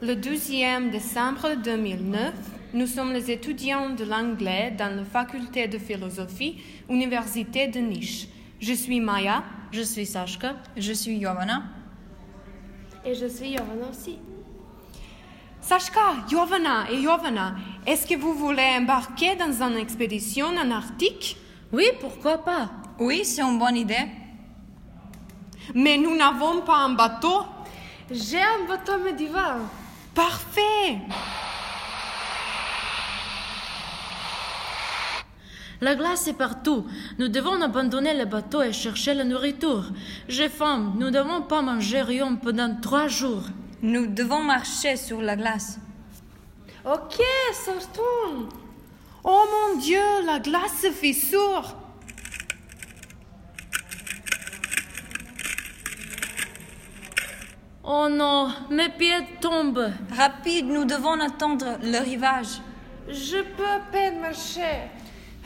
Le 12e décembre 2009, nous sommes les étudiants de l'anglais dans la faculté de philosophie, Université de Nice. Je suis Maya. Je suis Sashka. Je suis Jovana. Et je suis Jovana aussi. Sashka, Jovana et Jovana, est-ce que vous voulez embarquer dans une expédition en Arctique Oui, pourquoi pas Oui, c'est une bonne idée. Mais nous n'avons pas un bateau. J'ai un bateau médiéval. Parfait. La glace est partout. Nous devons abandonner le bateau et chercher la nourriture. J'ai faim. Nous n'avons pas mangé rien pendant trois jours. Nous devons marcher sur la glace. Ok, sortons. Oh mon Dieu, la glace se fissure. Oh non, mes pieds tombent. Rapide, nous devons attendre le rivage. Je peux à peine marcher.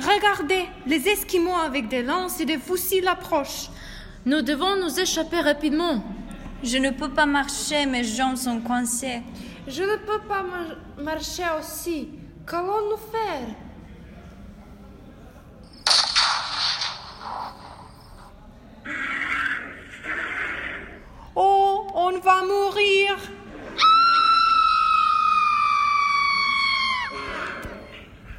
Regardez, les Esquimaux avec des lances et des fusils approchent. Nous devons nous échapper rapidement. Je ne peux pas marcher, mes jambes sont coincées. Je ne peux pas mar- marcher aussi. Qu'allons-nous faire Oh, on va mourir